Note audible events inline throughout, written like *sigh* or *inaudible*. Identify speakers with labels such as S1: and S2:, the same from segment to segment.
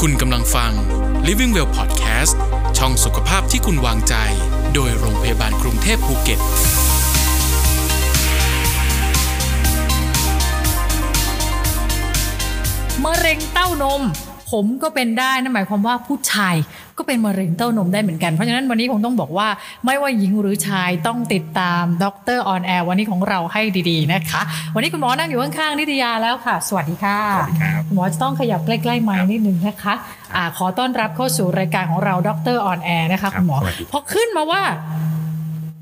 S1: คุณกำลังฟัง Living Well Podcast ช่องสุขภาพที่คุณวางใจ โดยโรงพยาบาลกรุงเทพภูเก็ต
S2: มะเร็งเต้านม ผมก็เป็นได้นั่นหมายความว่าผู้ชายก็เป็นมะเร็งเต้านมได้เหมือนกันเพราะฉะนั้นวันนี้คงต้องบอกว่าไม่ว่าหญิงหรือชายต้องติดตามดรออนแอร์วันนี้ของเราให้ดีๆนะคะ วันนี้คุณหมอนั่งอยู่ข้างๆนิตยาแล้วค่ะ สวัสดีค่ะ
S3: สวัสดีครับ
S2: ณหมอจะต้องขยับใกล้ๆไมค์นิดนึงนะคะอ่าขอต้อนรับเข้าสู่รายการของเราดรออนแอร์นะคะคุณหมอ
S3: สวัสดี
S2: พอขึ้นมาว่า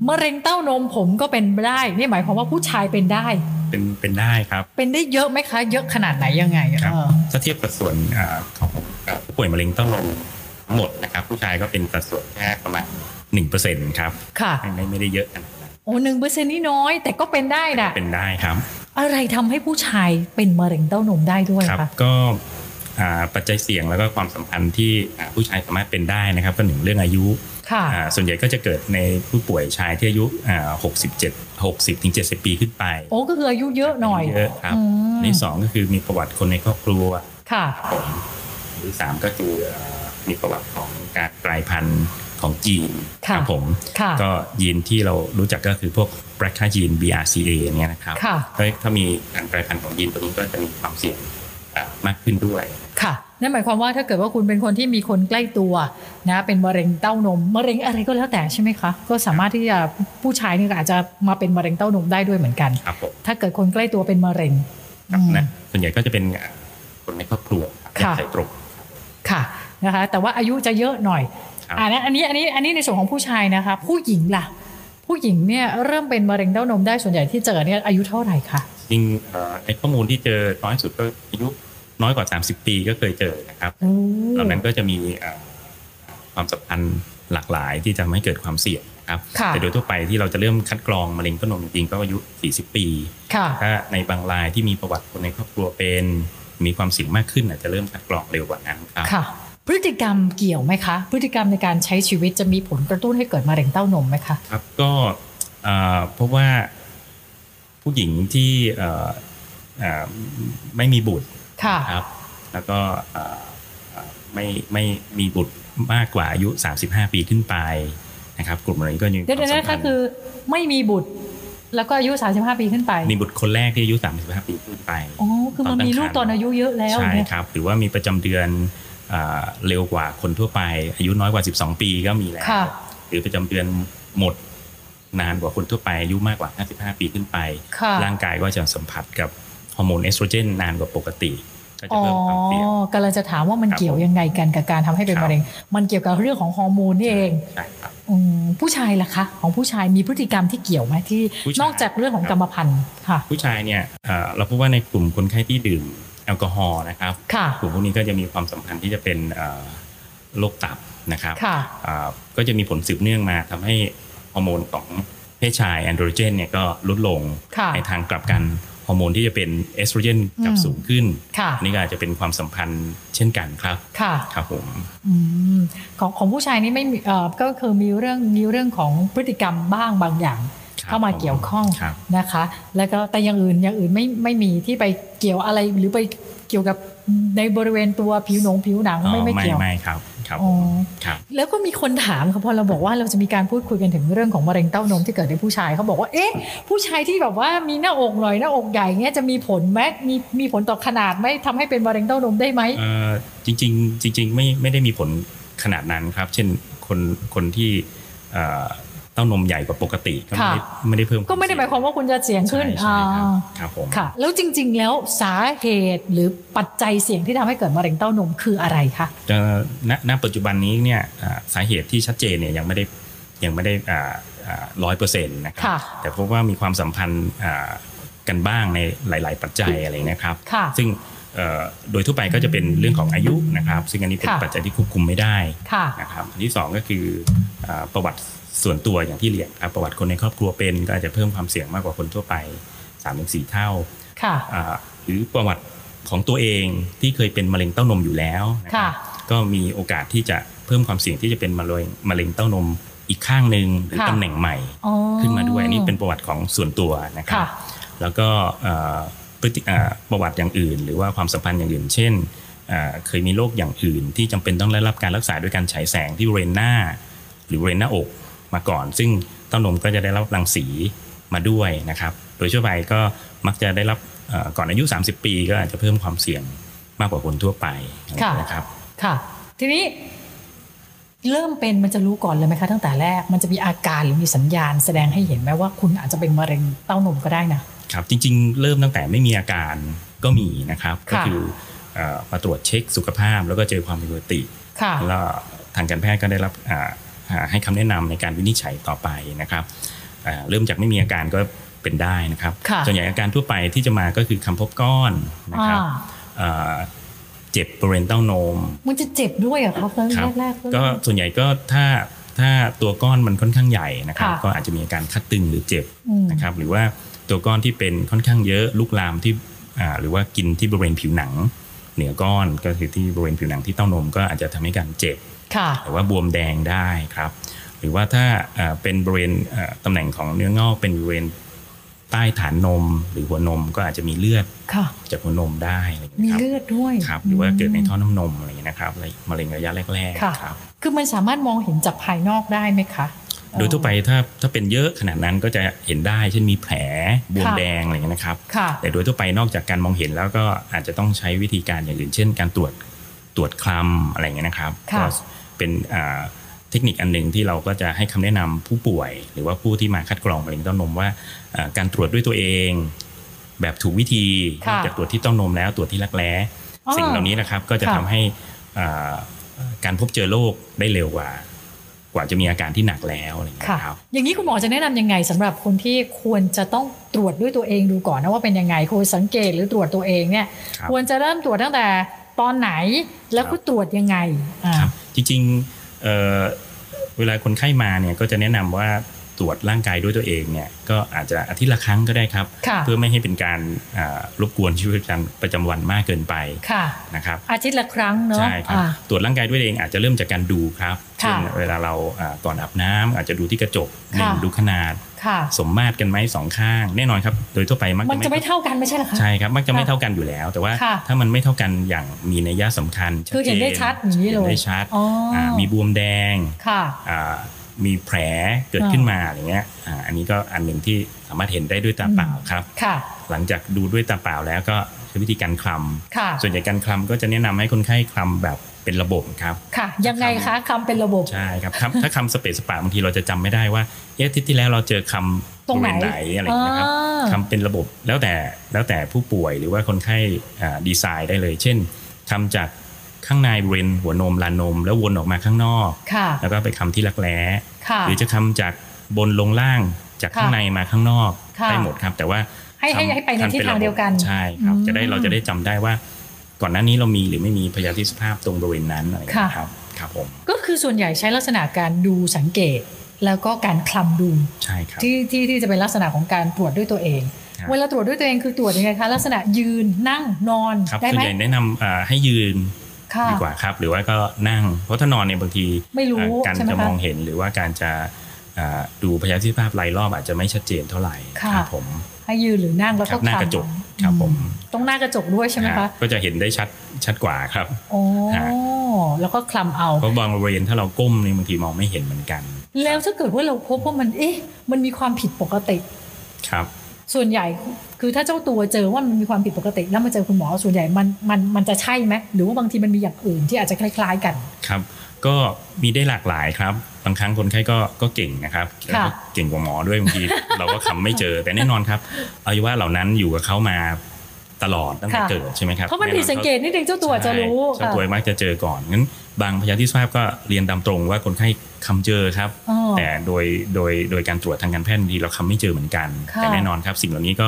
S2: มะเร็งเต้านมผมก็เป็นได้นี่หมายความว่าผู้ชายเป็นได้
S3: เป็นเป็นได้ครับ
S2: เป็นได้เยอะไหมคะ เยอะขนาดไหนยังไง
S3: ครับ
S2: เออ
S3: ถ้าเทียบสัดส่วนอ่าของอ่าผู้ป่วยมะเร็งเต้านมทั้งหมดนะครับ ผู้ชายก็เป็นสัดส่วนแค่ประมาณหนึ่งเปอร์เซ็นต์ครับ
S2: ค่ะ
S3: ไม่ไม่ได้เยอะขนาดนั้น
S2: โอ้หนึ่งเปอร์เซ็นนี่น้อยแต่ก็เป็นได้นะ
S3: เป็นได้ครับ
S2: อะไรทำให้ผู้ชายเป็นมะเร็งเต้านมได้ด้วย
S3: ครับ
S2: คะ
S3: ก็อ่าปัจจัยเสี่ยงแล้วก็ความสัมพันธ์ที่อ่าผู้ชายสามารถเป็นได้นะครับ ก็หนึ่งเรื่องอายุ
S2: ค่ะ
S3: อ่าส่วนใหญ่ก็จะเกิดในผู้ป่วยชายที่อายุอ่าหกสิบเจ็ดหกสิบถึงเจ็ดสิบปีขึ้นไป
S2: โอ้ก็คืออายุเยอะหน่อย
S3: เยอะครับ
S2: อืม
S3: อันที่สองก็คือมีประวัติคนในครอบครัว
S2: ค่ะ
S3: อันที่สามก็คือเอ่อมีประวัติของการกลายพันธุ์ของจีน
S2: ค่ะ
S3: ผม
S2: ค่ะ
S3: ก็ยีนที่เรารู้จักก็คือพวก BRCA ยีน BRCA เนี่ยนะครับ
S2: ค่ะ
S3: ก็ถ้ามีการกลายพันธุ์ของยีนตัวนี้ก็จะมีความเสี่ยงอ่ะมากขึ้นด้วย
S2: ค่ะนั่นหมายความว่าถ้าเกิดว่าคุณเป็นคนที่มีคนใกล้ตัวนะเป็นมะเร็งเต้านมมะเร็งอะไรก็แล้วแต่ใช่ไหมคะก็สามารถที่จะผู้ชายนี่ก็อาจจะมาเป็นมะเร็งเต้านมได้ด้วยเหมือนกัน
S3: ครับผม
S2: ถ้าเกิดคนใกล้ตัวเป็นมะเร็ง
S3: ครับ
S2: อืม
S3: นะส่วนใหญ่ก็จะเป็นอ่ะคนในครอบครัวครับญา
S2: ค่ะ
S3: ติสายตรง
S2: ค่ะนะคะแต่ว่าอายุจะเยอะหน่อย
S3: ครับ
S2: อ่านะอันนี้อันนี้อันนี้ในส่วนของผู้ชายนะคะ ผู้หญิงล่ะ ผู้หญิงเนี่ยเริ่มเป็นมะเร็งเต้านมได้ส่วนใหญ่ที่เจอเนี่ยอายุเท่าไหร่คะ
S3: จริงเอ่อไอ้ข้อมูลที่เจอน้อยสุดก็อายุน้อยกว่า 30 ปีก็เคยเจอนะครับ
S2: โอ้
S3: เหล่านั้นก็จะมีอ่ะความสัมพันธ์หลากหลายที่จะทำให้เกิดความเสี่ยงนะครับ
S2: ค่ะ
S3: แต่โดยทั่วไปที่เราจะเริ่มคัดกรองมะเร็งเต้านมจริงๆก็อายุ 40 ปี
S2: ค่ะ
S3: ถ้าในบางรายที่มีประวัติคนในครอบครัวเป็น มีความเสี่ยงมากขึ้นอาจจะเริ่มคัดกรองเร็วกว่านั้นครับ
S2: ค่ะ พฤติกรรมเกี่ยวไหมคะ พฤติกรรมในการใช้ชีวิตจะมีผลกระตุ้นให้เกิดมะเร็งเต้านมไหมคะ
S3: ครับก็เอ่อเพราะว่าผู้หญิงที่เอ่อเอ่อไม่มีบุตร
S2: ค่ะ
S3: ครับ แล้วก็เอ่อเอ่อไม่ไม่มีบุตรมากกว่าอายุ 35 ปีขึ้นไปนะครับ กลุ่มเหล่านี้ก็ยังมี
S2: เดี๋ยว
S3: ความ
S2: ๆ
S3: สัม
S2: นะ
S3: พั
S2: คะ
S3: นธ์
S2: คือไม่มีบุตร แล้วก็อายุ 35 ปีขึ้นไป
S3: มีบุตรคนแรกที่อายุ 35 ปีขึ้นไป
S2: อ๋อคือมันมีลูกตอนอายุเยอะแล้ว
S3: ใช่
S2: เนี่ย
S3: ครับหรือว่ามีประจำเดือนอ่าเร็วกว่าคนทั่วไป อายุน้อยกว่า 12 ปีก็มีแล้ว
S2: ค่ะ
S3: หรือประจำเดือนหมดนานกว่าคนทั่วไปอายุมากกว่า 55 ปีขึ้นไป
S2: ค่ะ
S3: ร่างกายก็จะสัมผัสกับฮอร์โมนเอสโตรเจนนานกว่าปกติ ก็จะ
S2: อ๋อ
S3: เพิ่มความเสี่ยง
S2: กำลังจะถามว่ามัน
S3: ครับ
S2: เกี่ยวยังไงกันกับการทำให้เป็น
S3: ครับ
S2: มะเร็ง มันเกี่ยวกับเรื่องของฮอร์โมนนี่เอง
S3: ใช่ครับ
S2: อืมผู้ชายล่ะคะ ของผู้ชายมีพฤติกรรมที่เกี่ยวไหมที่
S3: ผู้ชาย
S2: นอกจากเรื่องของกรรมพันธุ์ค่ะ
S3: ผู้ชายเนี่ยเอ่อเราพบว่าในกลุ่มคนไข้ที่ดื่มแอลกอฮอล์นะครับ
S2: ค่ะ
S3: กลุ่มพวกนี้ก็จะมีความสัมพันธ์ที่จะเป็นเอ่อโรคตับนะครับ
S2: ค่ะ
S3: อ่าก็จะมีผลสืบเนื่องมาทำให้ฮอร์โมนของเพศชายแอนโดรเจนเนี่ยก็ลดลง
S2: ค่ะ
S3: ในทางกลับกันฮอร์โมนที่จะเป็นเอสโตรเจนกลับ
S2: อืม
S3: สูงขึ้น
S2: ค่ะ
S3: อันนี่ก็อาจจะเป็นความสัมพันธ์เช่นกันครับ
S2: ค่ะ
S3: ครับผม
S2: อืมของของผู้ชายนี่ไม่มีเอ่อก็คือมีเรื่องมีเรื่องของพฤติกรรมบ้างบางอย่าง
S3: ครับ
S2: เข้ามาเกี่ยวข้อง
S3: ครับ
S2: นะคะ แล้วก็แต่อย่างอื่นอย่างอื่นไม่ไม่มีที่ไปเกี่ยวอะไรหรือไปเกี่ยวกับในบริเวณตัวผิวหนงผิวหนัง
S3: อ๋อ
S2: ไม่ไม่เกี่ยว
S3: ไม่ครับครับผ
S2: อ๋
S3: ม
S2: อ
S3: ครับ
S2: แล้วก็มีคนถามค่ะพอเราบอกว่าเราจะมีการพูดคุยกันถึงเรื่องของมะเร็งเต้านมที่เกิดในผู้ชายเขาบอกว่าเอ๊ะผู้ชายที่แบบว่ามีหน้าอกหน่อยหน้าอกใหญ่เงี้ยจะมีผลไหมมีมีผลต่อขนาดไหมทำให้เป็นมะเร็งเต้านมได้ไหม
S3: เอ่อจริงๆจริงๆไม่ไม่ได้มีผลขนาดนั้นครับ เช่นคนคนที่เอ่อเต้านมใหญ่กว่าปกติก็ไม่
S2: ค่ะ
S3: ได้ไม่ได้เพิ่ม
S2: ก็ไม่ได้หมายความว่าคุณจะเสี่ยงขึ้น
S3: ใช่ใช่ครับ
S2: อ่า
S3: ครับผม
S2: ค่ะ แล้วจริง ๆ แล้วสาเหตุหรือปัจจัยเสี่ยงที่ทำให้เกิดมะเร็งเต้านมคืออะไรคะ
S3: เอ่อณณปัจจุบันนี้เนี่ยอ่าสาเหตุที่ชัดเจนเนี่ยยังไม่ได้ยังไม่ได้ร้อยเปอร์เซ็นต์นะครั
S2: ค่ะ
S3: บแต่พบว่ามีความสัมพันธ์อ่ากันบ้างในหลาย ๆ ปัจจัยอะไรนะครับ
S2: ค่ะ
S3: ซึ่งเอ่อโดยทั่วไปก็จะเป็นเรื่องของอายุนะครับ ซึ่งอันนี้เป็น
S2: ค่ะ
S3: ปัจจัยที่ควบคุมไม่ได้
S2: ค่ะ
S3: นะครับอันที่สองก็คืออ่าประวัติส่วนตัวอย่างที่เรียนครับประวัติคนในครอบครัวเป็นก็อาจจะเพิ่มความเสี่ยงมากกว่าคนทั่วไป3าถึงสเท่า
S2: ค่ะ
S3: อ่าหรือประวัติของตัวเองที่เคยเป็นมะเร็งเต้านมอยู่แล้วนะค
S2: ค่ะ
S3: รับก็มีโอกาสที่จะเพิ่มความเสี่ยงที่จะเป็นมะเร็งมะเร็งเต้านมอีกข้างหนึ่งหรือ
S2: ค่ะ
S3: ตำแหน่งใหม่
S2: อ๋อ
S3: ขึ้นมาด้วยอันนี้เป็นประวัติของส่วนตัวนะครับ
S2: ค่ะ
S3: แล้วก็เอ่อพฤติอ่าประวัติอย่างอื่น หรือว่าความสัมพันธ์อย่างอื่น เช่น อ่าเคยมีโรคอย่างอื่น ที่จำเป็นต้องได้รับการรักษาด้วยการฉายแสงที่บริเวณหน้า หรือบริเวณหน้าอกมาก่อน ซึ่งเต้านมก็จะได้รับรังสีมาด้วยนะครับ โดยทั่วไปก็มักจะได้รับเอ่อก่อนอายุ 30 ปีก็อาจจะเพิ่มความเสี่ยงมากกว่าคนทั่วไป
S2: ค่ะ
S3: นะครับ
S2: ค่ะ ทีนี้เริ่มเป็นมันจะรู้ก่อนเลยไหมคะตั้งแต่แรกมันจะมีอาการหรือมีสัญญาณแสดงให้เห็นไหมว่าคุณอาจจะเป็นมะเร็งเต้านมก็ได้นะ
S3: ครับจริงๆ เริ่มตั้งแต่ไม่มีอาการก็มีนะครับ
S2: ค่ะ
S3: ก็คือเอ่อมาตรวจเช็คสุขภาพแล้วก็เจอความผิดปกติ
S2: ค่ะ
S3: แล้วทางการแพทย์ก็ได้รับอ่าอ่าให้คำแนะนำในการวินิจฉัยต่อไปนะครับอ่าเริ่มจากไม่มีอาการก็เป็นได้นะครับ
S2: ค่ะ
S3: ส่วนใหญ่อาการทั่วไปที่จะมาก็คือคำพบก้อนนะครับ
S2: อ่า
S3: เอ่อเจ็บบริเวณเต้านม
S2: มันจะเจ็บด้วยเหรอครับเริ่ม
S3: ครับ
S2: แรกๆเริ่ม
S3: ก็ส่วนใหญ่ก็ถ้าถ้าตัวก้อนมันค่อนข้างใหญ่นะครับ
S2: ค่ะ
S3: ก็อาจจะมีอาการคัดตึงหรือเจ็บ
S2: อืม
S3: นะครับหรือว่าตัวก้อนที่เป็นค่อนข้างเยอะลูกลามที่อ่าหรือว่ากินที่บริเวณผิวหนัง เหนือก้อนก็คือที่บริเวณผิวหนังที่เต้านมก็อาจจะทำให้การเจ็บ
S2: ค่ะ
S3: หรือว่าบวมแดงได้ครับหรือว่าถ้าอ่าเป็นบริเวณอ่าตำแหน่งของเนื้องอกเป็นบริเวณใต้ฐานนม หรือหัวนมก็อาจจะมีเลือด
S2: ค่ะ
S3: จากหัวนมได้อะไรอย่าง
S2: มี
S3: เงี้ยครับ
S2: เลือดด้วย
S3: ครับหรือว่าเกิดใน
S2: ม
S3: ท่อน้ำนมอะไรอย่างเงี้ยนะครับอะไรมะเร็งระยะแรก
S2: ค่ะ
S3: ๆครับ
S2: คือมันสามารถมองเห็นจากภายนอกได้ไหมคะ
S3: โดยทั่วไปถ้าถ้าเป็นเยอะขนาดนั้นก็จะเห็นได้เช่นมีแผลบวม
S2: ค่ะ
S3: แดงอะไรอย่างเงี้ยนะครับ
S2: ค่ะ
S3: แต่โดยทั่วไปนอกจากการมองเห็นแล้วก็อาจจะต้องใช้วิธีการอย่างอื่น เช่น การตรวจตรวจคลำอะไรอย่างเงี้ยนะครับ
S2: ค่ะ
S3: ก็เป็นอ่าเทคนิคอันหนึ่งที่เราก็จะให้คำแนะนำผู้ป่วย หรือว่าผู้ที่มาคัดกรองมะเร็งเต้านมว่าอ่าการตรวจด้วยตัวเอง แบบถูกวิธีน
S2: ค่ะ
S3: อกจากตรวจที่เต้านมแล้วตรวจที่รักแร้
S2: อ๋อ
S3: สิ่งเหล่านี้นะครับก็จะ
S2: ค่ะ
S3: ทำให้อ่าการพบเจอโรคได้เร็วกว่า กว่าจะมีอาการที่หนักแล้วอะไรอย่างเงี้
S2: ค่ะ
S3: ยครับ
S2: อย่างนี้คุณหมอจะแนะนำยังไงสำหรับคนที่ควรจะต้องตรวจด้วยตัวเองดูก่อนนะว่าเป็นยังไงควรสังเกตหรือตรวจตัวเองเนี่ย
S3: ครับ
S2: ควรจะเริ่มตรวจตั้งแต่ตอนไหนแล้วก็ตรวจยังไงอ่า
S3: ครับจริงๆเอ่อเวลาคนไข้มาเนี่ยก็จะแนะนำว่าตรวจร่างกายด้วยตัวเองเนี่ยก็อาจจะอาทิตย์ละครั้งก็ได้ครับ
S2: ค่ะ
S3: เพื่อไม่ให้เป็นการอ่ารบกวนชีวิตประจำประจำวันมากเกินไป
S2: ค่ะ
S3: นะครับ
S2: อาทิตย์ละครั้งเนาะ
S3: ใช่ครับ
S2: อ่า
S3: ตรวจร่างกายด้วยเองอาจจะเริ่มจากการดูครับ
S2: ค่ะ
S3: เช่นเวลาเราอ่าก่อนอาบน้ำอาจจะดูที่กระจกหนึ่ง
S2: ค่ะ
S3: ดูขนาด
S2: ค่ะ
S3: สมมาตรกันไหมสองข้าง แน่นอนครับ โดยทั่วไปมัก
S2: มันจะ
S3: จะ
S2: ไม่
S3: ไม่
S2: เท่ากันไม่ใช่เหรอคะ
S3: ใช่ครับมักจะไม่
S2: ค่ะ
S3: เท่ากันอยู่แล้ว แต่ว่า
S2: ค่ะ
S3: ถ้ามันไม่เท่ากันอย่างมีนัยยะสำคัญชั
S2: คือเห็นได้ชัดอย่างนี้เลย
S3: เห็นได้ชัด
S2: อ๋ออา
S3: มีบวมแดง
S2: ค่ะ
S3: อ่ามีแผลเกิด
S2: อ่า
S3: ขึ้นมาอะไรเงี้ยอ่าอันนี้ก็อันหนึ่งที่สามารถเห็นได้ด้วยตาเปล่าครับ
S2: ค่ะ
S3: หลังจากดูด้วยตาเปล่าแล้วก็ใช้วิธีการคล
S2: ค่ะ
S3: ำส่วนใหญ่การคลำก็จะแนะนำให้คนไข้คลำแบบเป็นระบบครับ
S2: ค่ะ ยังไงคะคำเป็นระบบ
S3: ใช่ครับครับ ถ้าคำสเปซสปาบางทีเราจะจำไม่ได้ว่าเอ๊ะอาทิตย์ที่แล้วเราเจอคำ
S2: ตรงไหน
S3: บวเวณไหนอะไรอย่างเงี้ยครับ
S2: อ่า
S3: คำเป็นระบบแล้วแต่แล้วแต่ผู้ป่วยหรือว่าคนไข้อ่าดีไซน์ได้เลย เช่นคำจากข้างในบริเวณหัวนมลานนม แล้ววนออกมาข้างนอก
S2: ค่ะ
S3: แล้วก็ไปคำที่รักแร้
S2: ค่ะ
S3: หรือจะทำจากบนลงล่างจาก
S2: ค่ะ
S3: ข้างในมาข้างนอก
S2: ค่ะ
S3: ได้หมดครับ แต่ว่า
S2: ให้ให้
S3: ทำ
S2: ให้ไปในทิศทาง
S3: ำป็ระบบ
S2: เดียวกัน
S3: ใช่ครับ
S2: อืม
S3: จะได้เราจะได้จำได้ว่า ก่อนหน้านี้เรามีหรือไม่มีพยาธิสภาพตรงบริเวณนั้นอะไรอย่างเงี้ย
S2: ค่ะ
S3: ครับครับผม
S2: ก็คือส่วนใหญ่ใช้ลักษณะการดูสังเกต แล้วก็การคลำดู
S3: ใช่ครับ
S2: ที่ที่ที่จะเป็นลักษณะของการตรวจด้วยตัวเอง
S3: ครับ
S2: เวลาตรวจด้วยตัวเองคือตรวจยังไงคะ ลักษณะยืนนั่งนอน
S3: ครับ
S2: ได้
S3: ส่
S2: ไห
S3: ว
S2: ม
S3: นใหญ่แนะนำอ่าให้ยืน
S2: ค่ะ
S3: ดีกว่าครับ หรือว่าก็นั่ง เพราะถ้านอนเนี่ยบางที
S2: ไม่รู้
S3: อ่าการ
S2: ใช่ไหม
S3: จะ
S2: คะ
S3: มองเห็นหรือว่าการจะอ่าดูพยาธิสภาพรายรอบอาจจะไม่ชัดเจนเท่าไหร่
S2: ค่ะ
S3: ครับผม
S2: ให้ยืนหรือนั่งแล้ว
S3: ครั
S2: ก็
S3: บหน้า
S2: คลำ
S3: กระจกครับผม
S2: ต้องหน้ากระจกด้วยใช่ไหมคะ
S3: ฮะก็จะเห็นได้ชัดชัดกว่าครับ
S2: โอ้
S3: ฮะ
S2: แล้วก็คลำเอา
S3: เพราะบางบริเวณถ้าเราก้มเนี่ยบางทีมองไม่เห็นเหมือนกัน
S2: แล้วถ้าเกิดว่าเราพบว่ามันเอ๊ะมันมีความผิดปกติ
S3: ครับ
S2: ส่วนใหญ่คือถ้าเจ้าตัวเจอว่ามันมีความผิดปกติ แล้วมาเจอคุณหมอส่วนใหญ่มันมันมันจะใช่ไหมหรือว่าบางทีมันมีอย่างอื่นที่อาจจะคล้าย ๆ กัน
S3: ครับก็มีได้หลากหลายครับ บางครั้งคนไข้ก็ก็เก่งนะครับ
S2: ค่ะ
S3: แล้วก็เก่งกว่าหมอด้วยบางที *laughs* เราก็คำไม่เจอแต่แน่นอนครับอายุว่าเหล่านั้นอยู่กับเขามาตลอดตั้งแต่เกิดใช่ไหมครับ
S2: เพราะมันผิดสังเกตนิดนึงเจ้าตัวจะรู้
S3: ใช่เจ้าตัวมักจะเจอก่อนงั้นบางพยาธิสภาพก็เรียนตามตรงว่าคนไข้คำเจอครับ
S2: อ๋อ
S3: แต่โดยโดยโดยการตรวจทางการแพทย์บางทีเราคำไม่เจอเหมือนกัน
S2: ค่ะ
S3: แต่แน่นอนครับ สิ่งเหล่านี้ก็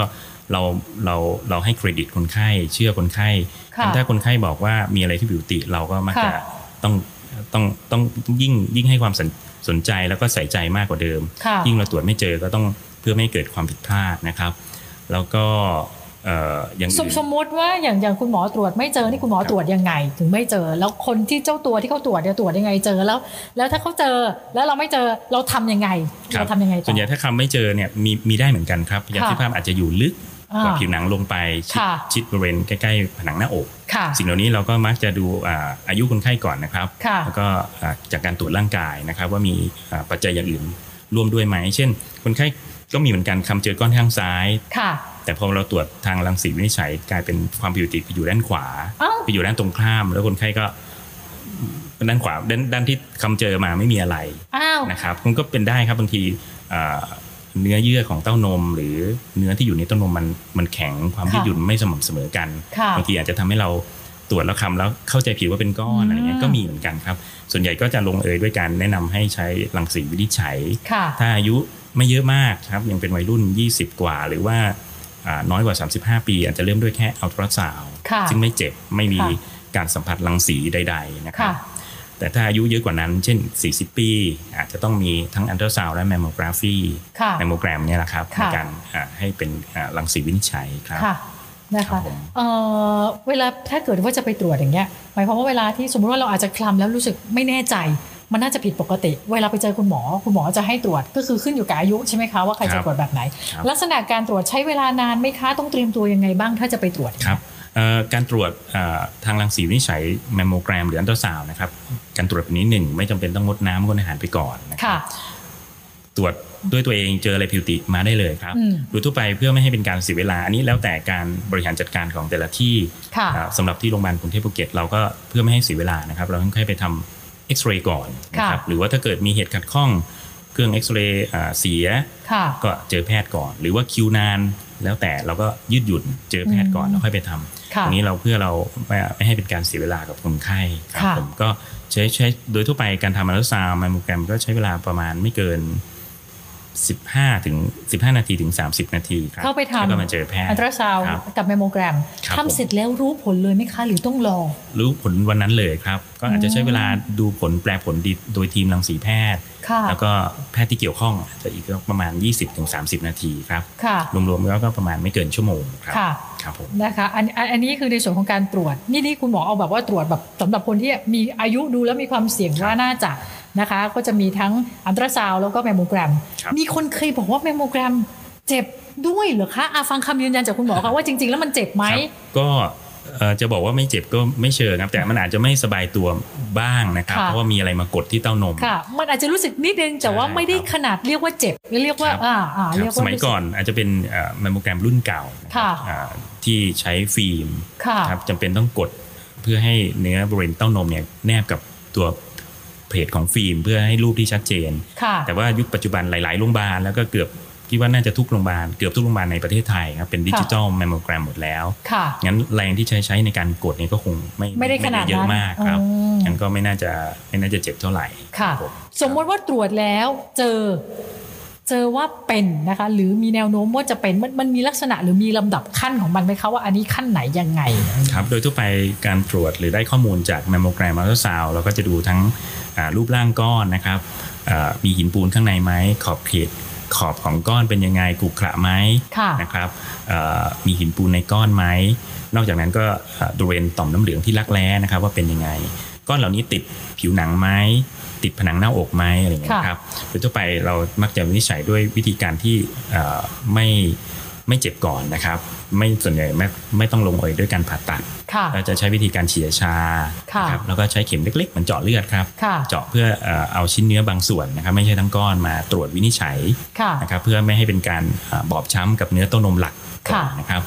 S3: เราเราเราให้เครดิตคนไข้เชื่อคนไข้
S2: ค่ะ
S3: ถ้าคนไข้บอกว่ามีอะไรที่ผิดปกติเราก็มักจะ
S2: ค่ะ
S3: ต้องต้องต้องยิ่งยิ่งให้ความสนสนใจแล้วก็ใส่ใจมากกว่าเดิม
S2: ค่ะ
S3: ยิ่งเราตรวจไม่เจอก็ต้องเพื่อไม่ให้เกิดความผิดพลาดนะครับ แล้วก็เอ่ออย่าง
S2: สม
S3: อื่น
S2: สมมติว่าอย่างอย่างคุณหมอตรวจไม่เจอนี่คุณหมอตรวจยังไง ถึงไม่เจอ แล้วคนที่เจ้าตัวที่เขาตรวจเนี่ยตรวจยังไงเจอแล้ว แล้วถ้าเขาเจอแล้วเราไม่เจอเราทำยังไง
S3: ครับ
S2: เราทำยังไงต่อ
S3: ส่วนใหญ่ถ้าคำไม่เจอเนี่ยมีมีได้เหมือนกันครับยา
S2: ค่ะ
S3: ที่ภาพอาจจะอยู่ลึก
S2: อ่าก
S3: ว่าผิวหนังลงไปชิด
S2: ค่ะ
S3: ชิดบริเวณใกล้ๆผนังหน้าอก
S2: ค่ะ
S3: สิ่งเหล่านี้เราก็มักจะดูอ่าอายุคนไข้ก่อนนะครับ
S2: ค่ะ
S3: แล้วก็อ่าจากการตรวจร่างกายนะครับ ว่ามีอ่าปัจจัยอย่างอื่นร่วมด้วยไหม เช่น คนไข้ก็มีเหมือนกันคำเจอก้อนข้างซ้าย
S2: ค่ะ
S3: แต่พอเราตรวจทางรังสีวินิจฉัยกลายเป็นความผิดปกติไปอยู่ด้านขวา
S2: เอ้า
S3: ไปอยู่ด้านตรงข้าม แล้วคนไข้ก็ด้านขวาด้านด้านที่คำเจอมาไม่มีอะไร
S2: อ้าว
S3: นะครับมันก็เป็นได้ครับบางทีอ่าเนื้อเยื่อของเต้านม หรือเนื้อที่อยู่ในเต้านมมันมันแข็งความ
S2: ค่ะ
S3: ยืดหยุ่นไม่สม่ำเสมอกัน
S2: ค่ะ
S3: บางทีอาจจะทำให้เราตรวจแล้วคำแล้วเข้าใจผิดว่าเป็นก้อน
S2: อืม
S3: อะไรเงี้ยก็มีเหมือนกันครับ ส่วนใหญ่ก็จะลงเอยด้วยการแนะนำให้ใช้รังสีวินิจฉัย
S2: ค่ะ
S3: ถ้าอายุไม่เยอะมากครับยังเป็นวัยรุ่น 20 กว่า หรือว่าอ่าน้อยกว่า 35 ปี อาจจะเริ่มด้วยแค่อัลตราซาว
S2: ค่ะ
S3: ซึ่งไม่เจ็บไม่มี
S2: ค่ะ
S3: การสัมผัสรังสีใด ๆ นะครับ
S2: ค่ะ
S3: แต่ถ้าอายุเยอะกว่านั้น เช่น 40 ปี อาจจะต้องมีทั้งอันเ s อร์ซาวและแมมโมกราฟี
S2: ค่ะ
S3: แมมโมแกรมเนี่ยแหละครับ
S2: ค่ะ
S3: ในการอ่าให้เป็นอ่ารังสีวินิจฉัยครับ
S2: ค่ะนะ
S3: ครั
S2: คะ
S3: บผม
S2: เอ่อเวลาถ้าเกิดว่าจะไปตรวจอย่างเงี้ยหมายความว่าเวลาที่สมมติว่าเราอาจจะคลำแล้วรู้สึกไม่แน่ใจ มันน่าจะผิดปกติ เวลาไปเจอคุณหมอ คุณหมอจะให้ตรวจก็คือขึ้นอยู่กับอายุใช่ไหมคะว่าใคร
S3: ครั
S2: จะ
S3: บ
S2: ตรวจแบบไหน
S3: ครับ
S2: ลักษณะการตรวจใช้เวลานานไหมคะต้องเตรียมตัวยังไงบ้างถ้าจะไปตรวจ
S3: ครับเอ่อการตรวจอ่าทางรังสีวินิจฉัยแมมโมแกรมหรืออันเ s อร์ซาวนะครับ การตรวจแบบนี้หนึ่งไม่จำเป็นต้องงดน้ำงดอาหารไปก่อนนะค
S2: ค่ะ
S3: รับ ตรวจด้วยตัวเองเจออะไรผิวติมาได้เลยครับ
S2: อืม
S3: โดยทั่วไปเพื่อไม่ให้เป็นการเสียเวลา อันนี้แล้วแต่การบริหารจัดการของแต่ละที่
S2: ค่ะ
S3: อ่าสำหรับที่โรงพยาบาลกรุงเทพภูเก็ตเราก็เพื่อไม่ให้เสียเวลานะครับ เราต้องให้ไปทำเอ็กซเรย์ก่อนนะครับ
S2: ค่ะ
S3: หรือว่าถ้าเกิดมีเหตุขัดข้องเครื่องเอ็กซเรย์อ่าเสีย
S2: ค่ะ
S3: ก็เจอแพทย์ก่อน หรือว่าคิวนาน แล้วแต่เราก็ยืดหยุ่นเจอแพทย์ก่อน
S2: อืม
S3: แล้วค่อยไปท
S2: ค่ะ
S3: ำตรงนี้เราเพื่อเราไม่ไม่ให้เป็นการเสียเวลากับคนไข้ครับ
S2: ค่ะ
S3: ผมก็ใช้ใช้โดยทั่วไปการทำอัลตราซาวด์แมมโมแกรมก็ใช้เวลาประมาณไม่เกิน 15 ถึง 15 นาทีถึง 30 นาทีครับ
S2: เข้าไปทำ
S3: แล้วก็มาเจอแพทย์
S2: อันตราซาวด์
S3: ครับ
S2: กับแมมโมแกรม
S3: ครับ
S2: ทำ
S3: ผม
S2: เสร็จแล้วรู้ผลเลยไหมคะหรือต้องรอ
S3: รู้ผลวันนั้นเลยครับ ก็อาจจะใช้เวลาดูผลแปลผลดิโดยทีมรังสีแพทย์
S2: ค่ะ
S3: แล้วก็แพทย์ที่เกี่ยวข้องอาจจะอีกประมาณ 20 ถึง 30 นาทีครับ
S2: ค่ะ
S3: รวมๆแล้วก็ประมาณไม่เกินชั่วโมงครับ
S2: ค่ะ
S3: ครับผม
S2: นะคะอันอันอันนี้คือในส่วนของการตรวจนี่นี่คุณหมอเอาแบบว่าตรวจแบบสำหรับคนที่มีอายุดูแล้วมีความเสี่ยงว่าน่าจะนะคะ ก็จะมีทั้งอันตราซาวด์แล้วก็แมมโมแกรม
S3: ครับ
S2: มีคนเคยบอกว่าแมมโมแกรมเจ็บด้วยเหรอคะอาฟังคำยืนยันจากคุณหมอ
S3: ครั
S2: ค่ะ
S3: บ
S2: ว่าจริง ๆ แล้วมันเจ็บไหม
S3: ครับก็เอ่อจะบอกว่าไม่เจ็บก็ไม่เชิงครับ แต่มันอาจจะไม่สบายตัวบ้างนะครับ
S2: ค่ะ
S3: เพราะว่ามีอะไรมากดที่เต้านม
S2: ค่ะ มันอาจจะรู้สึกนิดนึงแต่ว่า
S3: ใช่
S2: ไม่ได้
S3: ครับ
S2: ขนาดเรียกว่าเจ็บเรียกว่า
S3: ครับ
S2: อ่าอ่า
S3: ค
S2: เรี
S3: รั
S2: ย
S3: บ
S2: ก
S3: ส
S2: ว่า
S3: มัย
S2: รู้สึ
S3: ก่อนอาจจะเป็นเอ่อแมมโมแกรมรุ่นเก่านะครั
S2: ค่ะ
S3: บอ่าที่ใช้ฟิล์ม
S2: ค่ะ
S3: ครับจำเป็นต้องกดเพื่อให้เนื้อบริเวณเต้านมเนี่ยแนบกับตัวเพจของฟิล์ม เพื่อให้รูปที่ชัดเจน
S2: ค่ะ
S3: แต่ว่ายุคปัจจุบันหลาย ๆ โรงพยาบาลแล้วก็เกือบคิดว่าน่าจะทุกโรงพยาบาลเกือบทุกโรงพยาบาลในประเทศไทยครับเป็นดิจิทัลแมมโมแกรมหมดแล้ว
S2: ค่ะ
S3: งั้นแรงที่ใช้ใช้ในการกดเนี่ยก็คงไม่
S2: ไม่ได้ขนาดนั้น
S3: เยอะมากครับ
S2: อืม
S3: งั้นก็ไม่น่าจะไม่น่าจะเจ็บเท่าไหร่
S2: ค่ะ
S3: ผม
S2: สมมติว่าตรวจแล้วเจอ เจอว่าเป็นนะคะ หรือมีแนวโน้มว่าจะเป็นมันมันมีลักษณะหรือมีลำดับขั้นของมันไหมคะว่าอันนี้ขั้นไหนยังไง
S3: ครับ โดยทั่วไปการตรวจหรือได้ข้อมูลจากแมมโมแกรมอัลตราซาวเราก็จะดูทั้งอ่ารูปร่างก้อนนะครับอ่ามีหินปูนข้างในไหมขอบเขตขอบของก้อนเป็นยังไงขรุขระไหม
S2: ค่ะ
S3: นะครับอ่ามีหินปูนในก้อนไหมนอกจากนั้นก็อ่าบริเวณต่อมน้ำเหลืองที่รักแร้นะครับ ว่าเป็นยังไง ก้อนเหล่านี้ติดผิวหนังไหมติดผนังหน้าอกไหมอะไรอย่างเงี้ย
S2: ค่ะ
S3: นะครับโดยทั่วไปเรามักจะวินิจฉัยด้วยวิธีการที่เอ่อไม่ไม่เจ็บก่อนนะครับ ไม่ส่วนใหญ่ไม่ไม่ต้องลงเอยด้วยการผ่าตัด
S2: ค่ะ
S3: เราจะใช้วิธีการเฉียชา
S2: ค่ะ
S3: นรับแล้วก็ใช้เข็มเล็กๆเหมือนเจาะเลือดครับ
S2: ค่ะ
S3: เจาะเพื่อเอ่อเอาชิ้นเนื้อบางส่วนนะครับ ไม่ใช่ทั้งก้อนมาตรวจวินิจฉัย
S2: ค่ะ
S3: นะครับเพื่อไม่ให้เป็นการอ่าบอบช้ำกับเนื้อเต้านมหลักก่อน
S2: ค่ะ
S3: นะครับ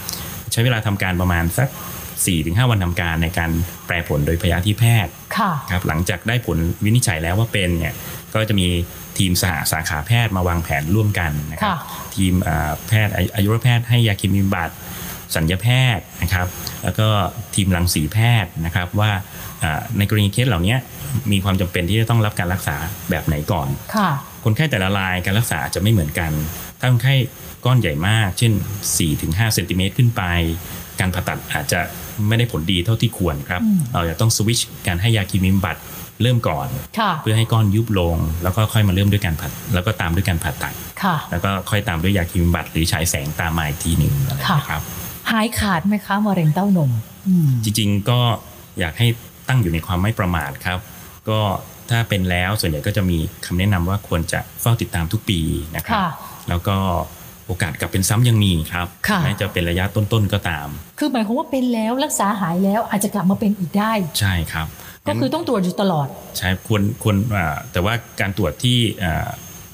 S3: ใช้เวลาทำการประมาณสัก 4-5 วันทำการในการแปลผลโดยพยาธิแพทย์
S2: ค่ะ
S3: ครับหลังจากได้ผลวินิจฉัยแล้วว่าเป็นเนี่ยก็จะมีทีมสหสาขาแพทย์มาวางแผนร่วมกันนะครับ
S2: ค่ะ
S3: ทีมอ่าแพทย์อายุอายุรแพทย์ให้ยาเคมีบำบัดสัญญแพทย์นะครับ แล้วก็ทีมรังสีแพทย์นะครับว่าอ่าในกรณีเคสเหล่านี้มีความจำเป็นที่จะต้องรับการรักษาแบบไหนก่อน
S2: ค่ะ
S3: คนไข้แต่ละรายการรักษาจะไม่เหมือนกัน ถ้าคนไข้ก้อนใหญ่มาก เช่น 4-5เซนติเมตรขึ้นไป การผ่าตัดอาจจะไม่ได้ผลดีเท่าที่ควรครับ
S2: อืม
S3: เราจะต้องสวิตชการให้ยาเคมีบำบัดเริ่มก่อน
S2: ค่ะ
S3: เพื่อให้ก้อนยุบลง แล้วก็ค่อยมาเริ่มด้วยการผ่าแล้วก็ตามด้วยการผ่าตัด
S2: ค่ะ
S3: แล้วก็ค่อยตามด้วยยาเคมีบำบัดหรือฉายแสงตามมาอีกทีหนึ่งอะไรอย่างเงี้ยครับ
S2: หายขาดไหมคะมะเร็งเต้านมอืม
S3: จริงๆก็อยากให้ตั้งอยู่ในความไม่ประมาทครับ ก็ถ้าเป็นแล้วส่วนใหญ่ก็จะมีคำแนะนำว่าควรจะเฝ้าติดตามทุกปีนะครับ
S2: ค่ะ
S3: แล้วก็ โอกาสกลับเป็นซ้ำยังมีครับ
S2: ค่ะ
S3: แม้จะเป็นระยะต้นๆก็ตาม
S2: คือหมายความว่าเป็นแล้วรักษาหายแล้วอาจจะกลับมาเป็นอีกได้
S3: ใช่ครับ
S2: ก็คือ
S3: งั้น
S2: ต้องตรวจอยู่ตลอด
S3: ใช่ควรควรอ่าแต่ว่าการตรวจที่อ่า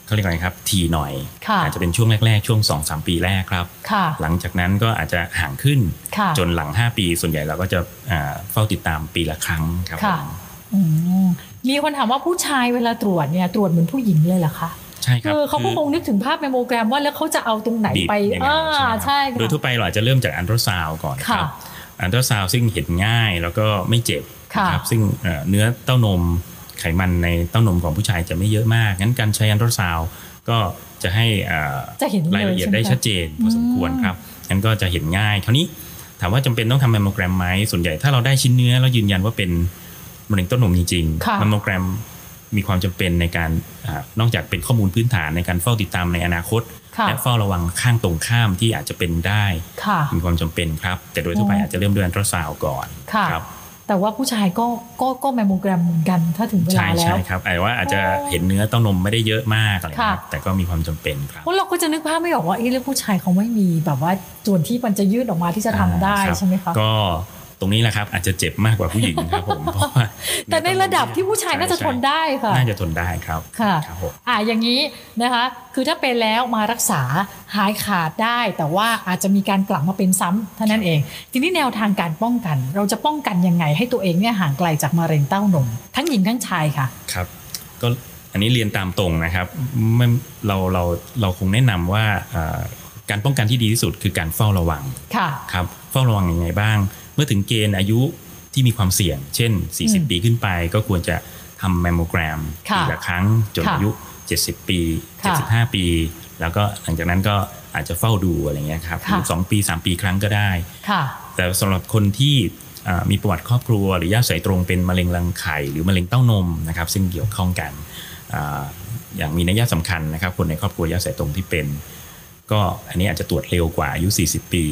S3: เขาเรียกอะไรครับทีหน่อย
S2: ค่ะ
S3: อาจจะเป็นช่วงแรกๆช่วง 2-3 ปีแรกครับ
S2: ค่ะ
S3: หลังจากนั้นก็อาจจะห่างขึ้น
S2: ค่ะ
S3: จนหลัง 5 ปีส่วนใหญ่เราก็จะอ่าเฝ้าติดตามปีละครั้งครับ
S2: ค่ะ
S3: ผม
S2: อืมมีคนถามว่าผู้ชายเวลาตรวจเนี่ยตรวจเหมือนผู้หญิงเลยเหรอคะ
S3: ใช่ครับ
S2: เออเขาก็
S3: อ
S2: คงนึกถึงภาพเมมโมแกรมว่าแล้วเขาจะเอาตรงไหน
S3: บีบ
S2: ไป
S3: ยังง
S2: อ่า
S3: ใช่
S2: ใช่
S3: ไหมครับ
S2: ค่ะ
S3: โดยทั่วไปเราอาจจะเริ่มจากอันตราซาวก่อนค
S2: ค่ะ
S3: รับอันตราซาวซึ่งเห็นง่ายแล้วก็ไม่เจ็บ
S2: ค่ะ
S3: นะครับซึ่งเอ่อเนื้อเต้านมไขมันในเต้านมของผู้ชายจะไม่เยอะมาก งั้นการใช้อันตราซาวก็จะให้เอ่อ
S2: จะเห็นเลย
S3: รายละเอียดได้
S2: ใช่ไหมคะ
S3: ชัดเจนพอสมควรครับงั้นก็จะเห็นง่ายคราวนี้ถามว่าจำเป็นต้องทำแมมโมแกรมไหมส่วนใหญ่ถ้าเราได้ชิ้นเนื้อแล้วยืนยันว่าเป็นมะเร็งเต้านมจริง
S2: ค่ะ
S3: ๆแมมโมแกรมมีความจำเป็นในการอานอกจากเป็นข้อมูลพื้นฐานในการเฝ้าติดตามในอนาคต
S2: ค่ะ
S3: และเฝ้าระวังข้างตรงข้ามที่อาจจะเป็นได้
S2: ค่ะ
S3: มีความจำเป็นครับ แต่โดยทั่วไป
S2: อืม
S3: อาจจะเริ่มด้วยอันตราซาวด์ก่อน
S2: ค่ะ
S3: ครับ
S2: แต่ว่าผู้ชายก็ก็ก็แมมโมแกรมเหมือนกันถ้าถึงเว
S3: ใช่
S2: ลาแล้
S3: ใช่
S2: ว
S3: ครับอาจจะว่าอาจจะเห็นเนื้อเต้านมไม่ได้เยอะมากอะไร
S2: ค่ะ
S3: นะครับแต่ก็มีความจำเป็นครับ
S2: เพราะเราก็จะนึกภาพไม่ออกว่าเอ๊ะแล้วผู้ชายเขาไม่มีแบบว่าส่วนที่มันจะยืดออกมาที่จะทำได้
S3: อ่าครับ
S2: ใช่ไหมคะ
S3: ก็ตรงนี้แหละครับ อาจจะเจ็บมากกว่าผู้หญิงครับผม *laughs* เพราะว่า
S2: แต่ในระดับที่ผู้ชายน่าจะทนได้ค่ะ
S3: ใช่น่าจะทนได้ครับ
S2: ค่ะ
S3: ครับผม
S2: อ่าอย่างนี้นะคะ คือถ้าเป็นแล้วมารักษาหายขาดได้ แต่ว่าอาจจะมีการกลับมาเป็นซ้ำเท่านั้นเอง ทีนี้แนวทางการป้องกัน เราจะป้องกันยังไงให้ตัวเองเนี่ยห่างไกลจากมะเร็งเต้านม ทั้งหญิงทั้งชายค่ะ
S3: ครับก็อันนี้เรียนตามตรงนะครับไม่เราเราเราคงแนะนำว่าเอ่อการป้องกันที่ดีที่สุดคือการเฝ้าระวัง
S2: ค่ะ
S3: ครับเฝ้าระวังยังไงบ้าง เมื่อถึงเกณฑ์อายุที่มีความเสี่ยง เช่น
S2: อืม
S3: 40 ปีขึ้นไป ก็ควรจะทำแมมโมแกรม
S2: ค่ะ
S3: ปีละครั้งจน
S2: ค่ะ
S3: อายุ 70 ปี
S2: ค่ะ
S3: 75 ปี แล้วก็หลังจากนั้นก็อาจจะเฝ้าดูอะไรเงี้ยครับ
S2: ค่ะ
S3: หรือสองปี 3 ปีครั้งก็ได้
S2: ค่ะ
S3: แต่สำหรับคนที่อ่ามีประวัติครอบครัว หรือญาติสายตรงเป็นมะเร็งรังไข่หรือมะเร็งเต้านมนะครับซึ่งเกี่ยวข้องกันอาอย่างมีนัยสำคัญนะครับ คนในครอบครัวญาติสายตรงที่เป็น ก็อันนี้อาจจะตรวจเร็วกว่าอายุ 40 ปี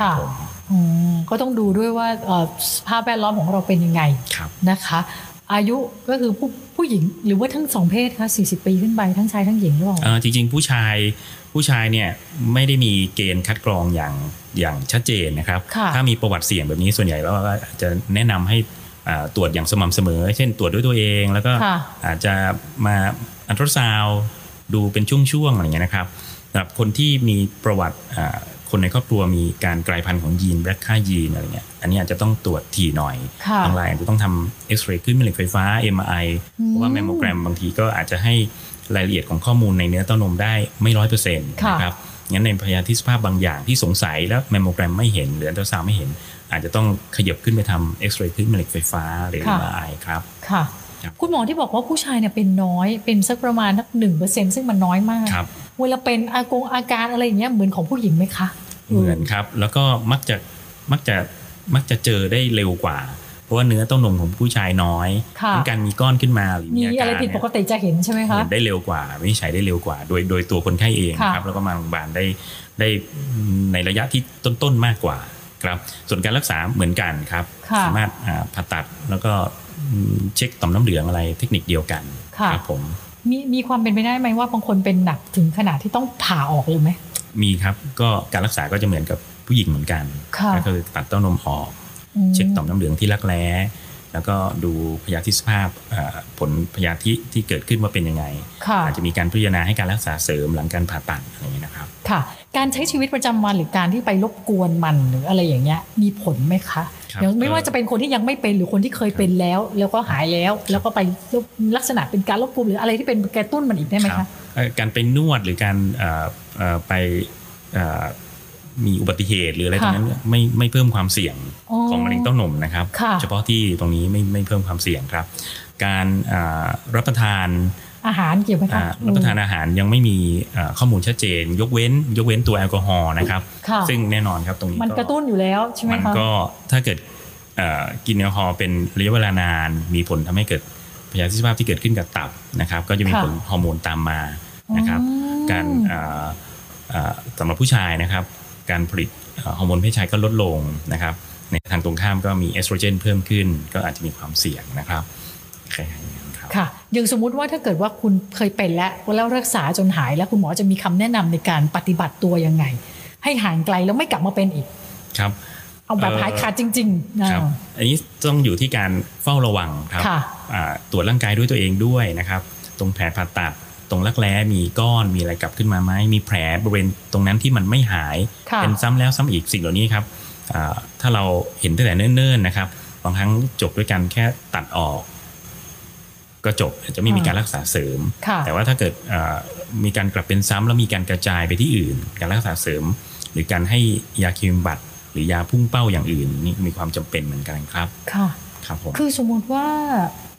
S2: ค่ะ
S3: ผม
S2: อืมก็ต้องดูด้วยว่าเอ่อสภาพแวดล้อมของเราเป็นยังไง
S3: ครับ
S2: นะคะ อายุก็คือผู้ผู้หญิงหรือว่าทั้งสองเพศคะ40 ปีขึ้นไปทั้งชายทั้งหญิงหรือเปล่า
S3: เอ่อจริงๆผู้ชายผู้ชายเนี่ยไม่ได้มีเกณฑ์คัดกรองอย่างอย่างชัดเจนนะครับ
S2: ค่ะ
S3: ถ้ามีประวัติเสี่ยงแบบนี้ส่วนใหญ่แล้วก็จะแนะนำให้อ่าตรวจอย่างสม่ำเสมอ เช่นตรวจด้วยตัวเองแล้วก็
S2: ค่ะ
S3: อาจจะมาอันตราซาวด์ดูเป็นช่วงๆอะไรอย่างเงี้ยนะครับสำหรับคนที่มีประวัติอ่าคนในครอบครัวมีการกลายพันธุ์ของยีนแบล็คค่ายีนอะไรเงี้ยอันนี้อาจจะต้องตรวจถี่หน่อย
S2: ค่ะ
S3: บางรายอาจจะต้องทำเอ็กซเรย์ขึ้นแม่เหล็กไฟฟ้า MRI เพราะว่าแมมโมแกรมบางทีก็อาจจะให้รายละเอียดของข้อมูลในเนื้อเต้านมได้ไม่ร้อยเปอร์เซ็นต์
S2: ค่ะ
S3: นะครับ งั้นในพยาธิสภาพบางอย่างที่สงสัยแล้วแมมโมแกรมไม่เห็นหรืออันตราซาวด์ไม่เห็น อาจจะต้องขยับขึ้นไปทำเอ็กซเรย์ขึ้นแม่เหล็กไฟฟ้าหรือ
S2: ค่ะ
S3: MRI ครับ
S2: ค่ะ
S3: ครับ
S2: คุณหมอที่บอกว่าผู้ชายเนี่ยเป็นน้อยเป็นสักประมาณนักหนึ่งเปอร์เซ็นซึ่งมันน้อยมาก
S3: ครับ
S2: เวลาเป็นอากงอาการอะไรอย่างเงี้ยเหมือนของผู้หญิงไหมคะ
S3: เหมือนครับ แล้วก็มักจะมักจะมักจะเจอได้เร็วกว่า เพราะว่าเนื้อเต้านมของผู้ชายน้อย
S2: ค่ะ
S3: งั้นการมีก้อนขึ้นมาหรือ
S2: มี
S3: มี
S2: อะ
S3: อาการ
S2: ไรผิดป
S3: เนี่ย
S2: กติจะเห็นใช่ไหมคะ
S3: เห็นได้เร็วกว่าวินิจฉัยได้เร็วกว่า โดยโดยตัวคนไข้เองนะครับ
S2: ค่ะ
S3: แล้วก็มาโรงพยาบาลได้ได้ในระยะที่ต้นๆมากกว่าครับ ส่วนการรักษาเหมือนกันครับ
S2: ค่ะ
S3: สามารถอ่าผ่าตัดแล้วก็อืมเช็คต่อมน้ำเหลืองอะไรเทคนิคเดียวกัน
S2: ค่ะ
S3: ครับผม
S2: มีมีความเป็นไปได้ไหมว่าบางคนเป็นหนักถึงขนาดที่ต้องผ่าออกเลยไหม
S3: มีครับก็การรักษาก็จะเหมือนกับผู้หญิงเหมือนกัน
S2: ค่ะ
S3: ก็คือตัดเต้านมออก
S2: ม
S3: เช็คต่อมน้ำเหลืองที่รักแร้แล้วก็ดูพยาธิสภาพอ่าผลพยาธิที่เกิดขึ้นว่าเป็นยังไง
S2: ค่ะ
S3: อาจจะมีการพิจารณาให้การรักษาเสริมหลังการผ่าตัดอะไรอย่างนี้ยนะครับ
S2: ค่ะ การใช้ชีวิตประจำวันหรือการที่ไปรบกวนมันหรืออะไรอย่างเงี้ยมีผลไหมคะ
S3: ครับ
S2: อย่างไม่
S3: เอ่อ
S2: ว่าจะเป็นคนที่ยังไม่เป็นหรือคนที่เคยเป็นแล้ว แล้วก็หายแล้ว แล้วก็ไปรบลักษณะเป็นการรบกวนหรืออะไรที่เป็นกระตุ้นมันอีกได้ไหม
S3: ครั
S2: คะ
S3: บเอ่อการไปนวดหรือการเอ่อเอ่อไปเอ่อมีอุบัติเหตุหรืออะไรตร
S2: ค่ะ
S3: งนั้นไม่ไม่เพิ่มความเสี่ยง
S2: อ๋อ
S3: ของมะเร็งเต้านมนะครับ
S2: ค่ะ
S3: เฉพาะที่ตรงนี้ไม่ไม่เพิ่มความเสี่ยงครับ การเอ่อรับประทาน
S2: อาหารเกี่ยวไหมคะ
S3: อ่ารับประทานอาหารยังไม่มีเอ่อข้อมูลชัดเจน ยกเว้น ยกเว้นตัวแอลกอฮอล์นะครับ
S2: ค่ะ
S3: ซึ่งแน่นอนครับตรงนี้
S2: มันกระตุ้นอยู่แล้วใช่ไหม
S3: มัน
S2: คะ
S3: ก็ถ้าเกิดเอ่อกินแอลกอฮอล์เป็นระยะเวลานาน มีผลทำให้เกิดพยาธิสภาพที่เกิดขึ้นกับตับนะครับ ก็จะมี
S2: ค่ะ
S3: ผลฮอร์โมนตามมานะครับ
S2: อืม
S3: การอ่าอ่าสำหรับผู้ชายนะครับ การผลิตเอ่อฮอร์โมนเพศชายก็ลดลงนะครับ ในทางตรงข้ามก็มีเอสโตรเจนเพิ่มขึ้น ก็อาจจะมีความเสี่ยงนะครับคล้ายๆอย่างนั้นครับ
S2: ค่ะอย่างสมมุติว่าถ้าเกิดว่าคุณเคยเป็นแล้วแล้วรักษาจนหายแล้วคุณหมอจะมีคำแนะนำในการปฏิบัติตัวยังไง ให้ห่างไกลแล้วไม่กลับมาเป็นอีก
S3: ครับ
S2: เอาแบบ
S3: เอ่อ
S2: หายขาดจริงๆนะครับ
S3: อันนี้ต้องอยู่ที่การเฝ้าระวังครับ
S2: ค่ะ
S3: อ่าตรวจร่างกายด้วยตัวเองด้วยนะครับ ตรงแผลผ่าตัด ตรงรักแร้มีก้อนมีอะไรกลับขึ้นมาไหมมีแผลบริเวณตรงนั้นที่มันไม่หาย
S2: ค่ะ
S3: เป็นซ้ำแล้วซ้ำอีกสิ่งเหล่านี้ครับอ่าถ้าเราเห็นตั้งแต่เนิ่นๆนะครับบางครั้งจบด้วยกันแค่ตัดออก ก็จบอาจจะไม่มีการรักษาเสริม
S2: ค่ะ
S3: แต่ว่าถ้าเกิดเอ่อมีการกลับเป็นซ้ำแล้วมีการกระจายไปที่อื่น การรักษาเสริม หรือการให้ยาเคมีบำบัตรหรือยาพุ่งเป้าอย่างอื่นนี่มีความจำเป็นเหมือนกันครับ
S2: ค่ะ
S3: ครับผม
S2: คือสมมติว่า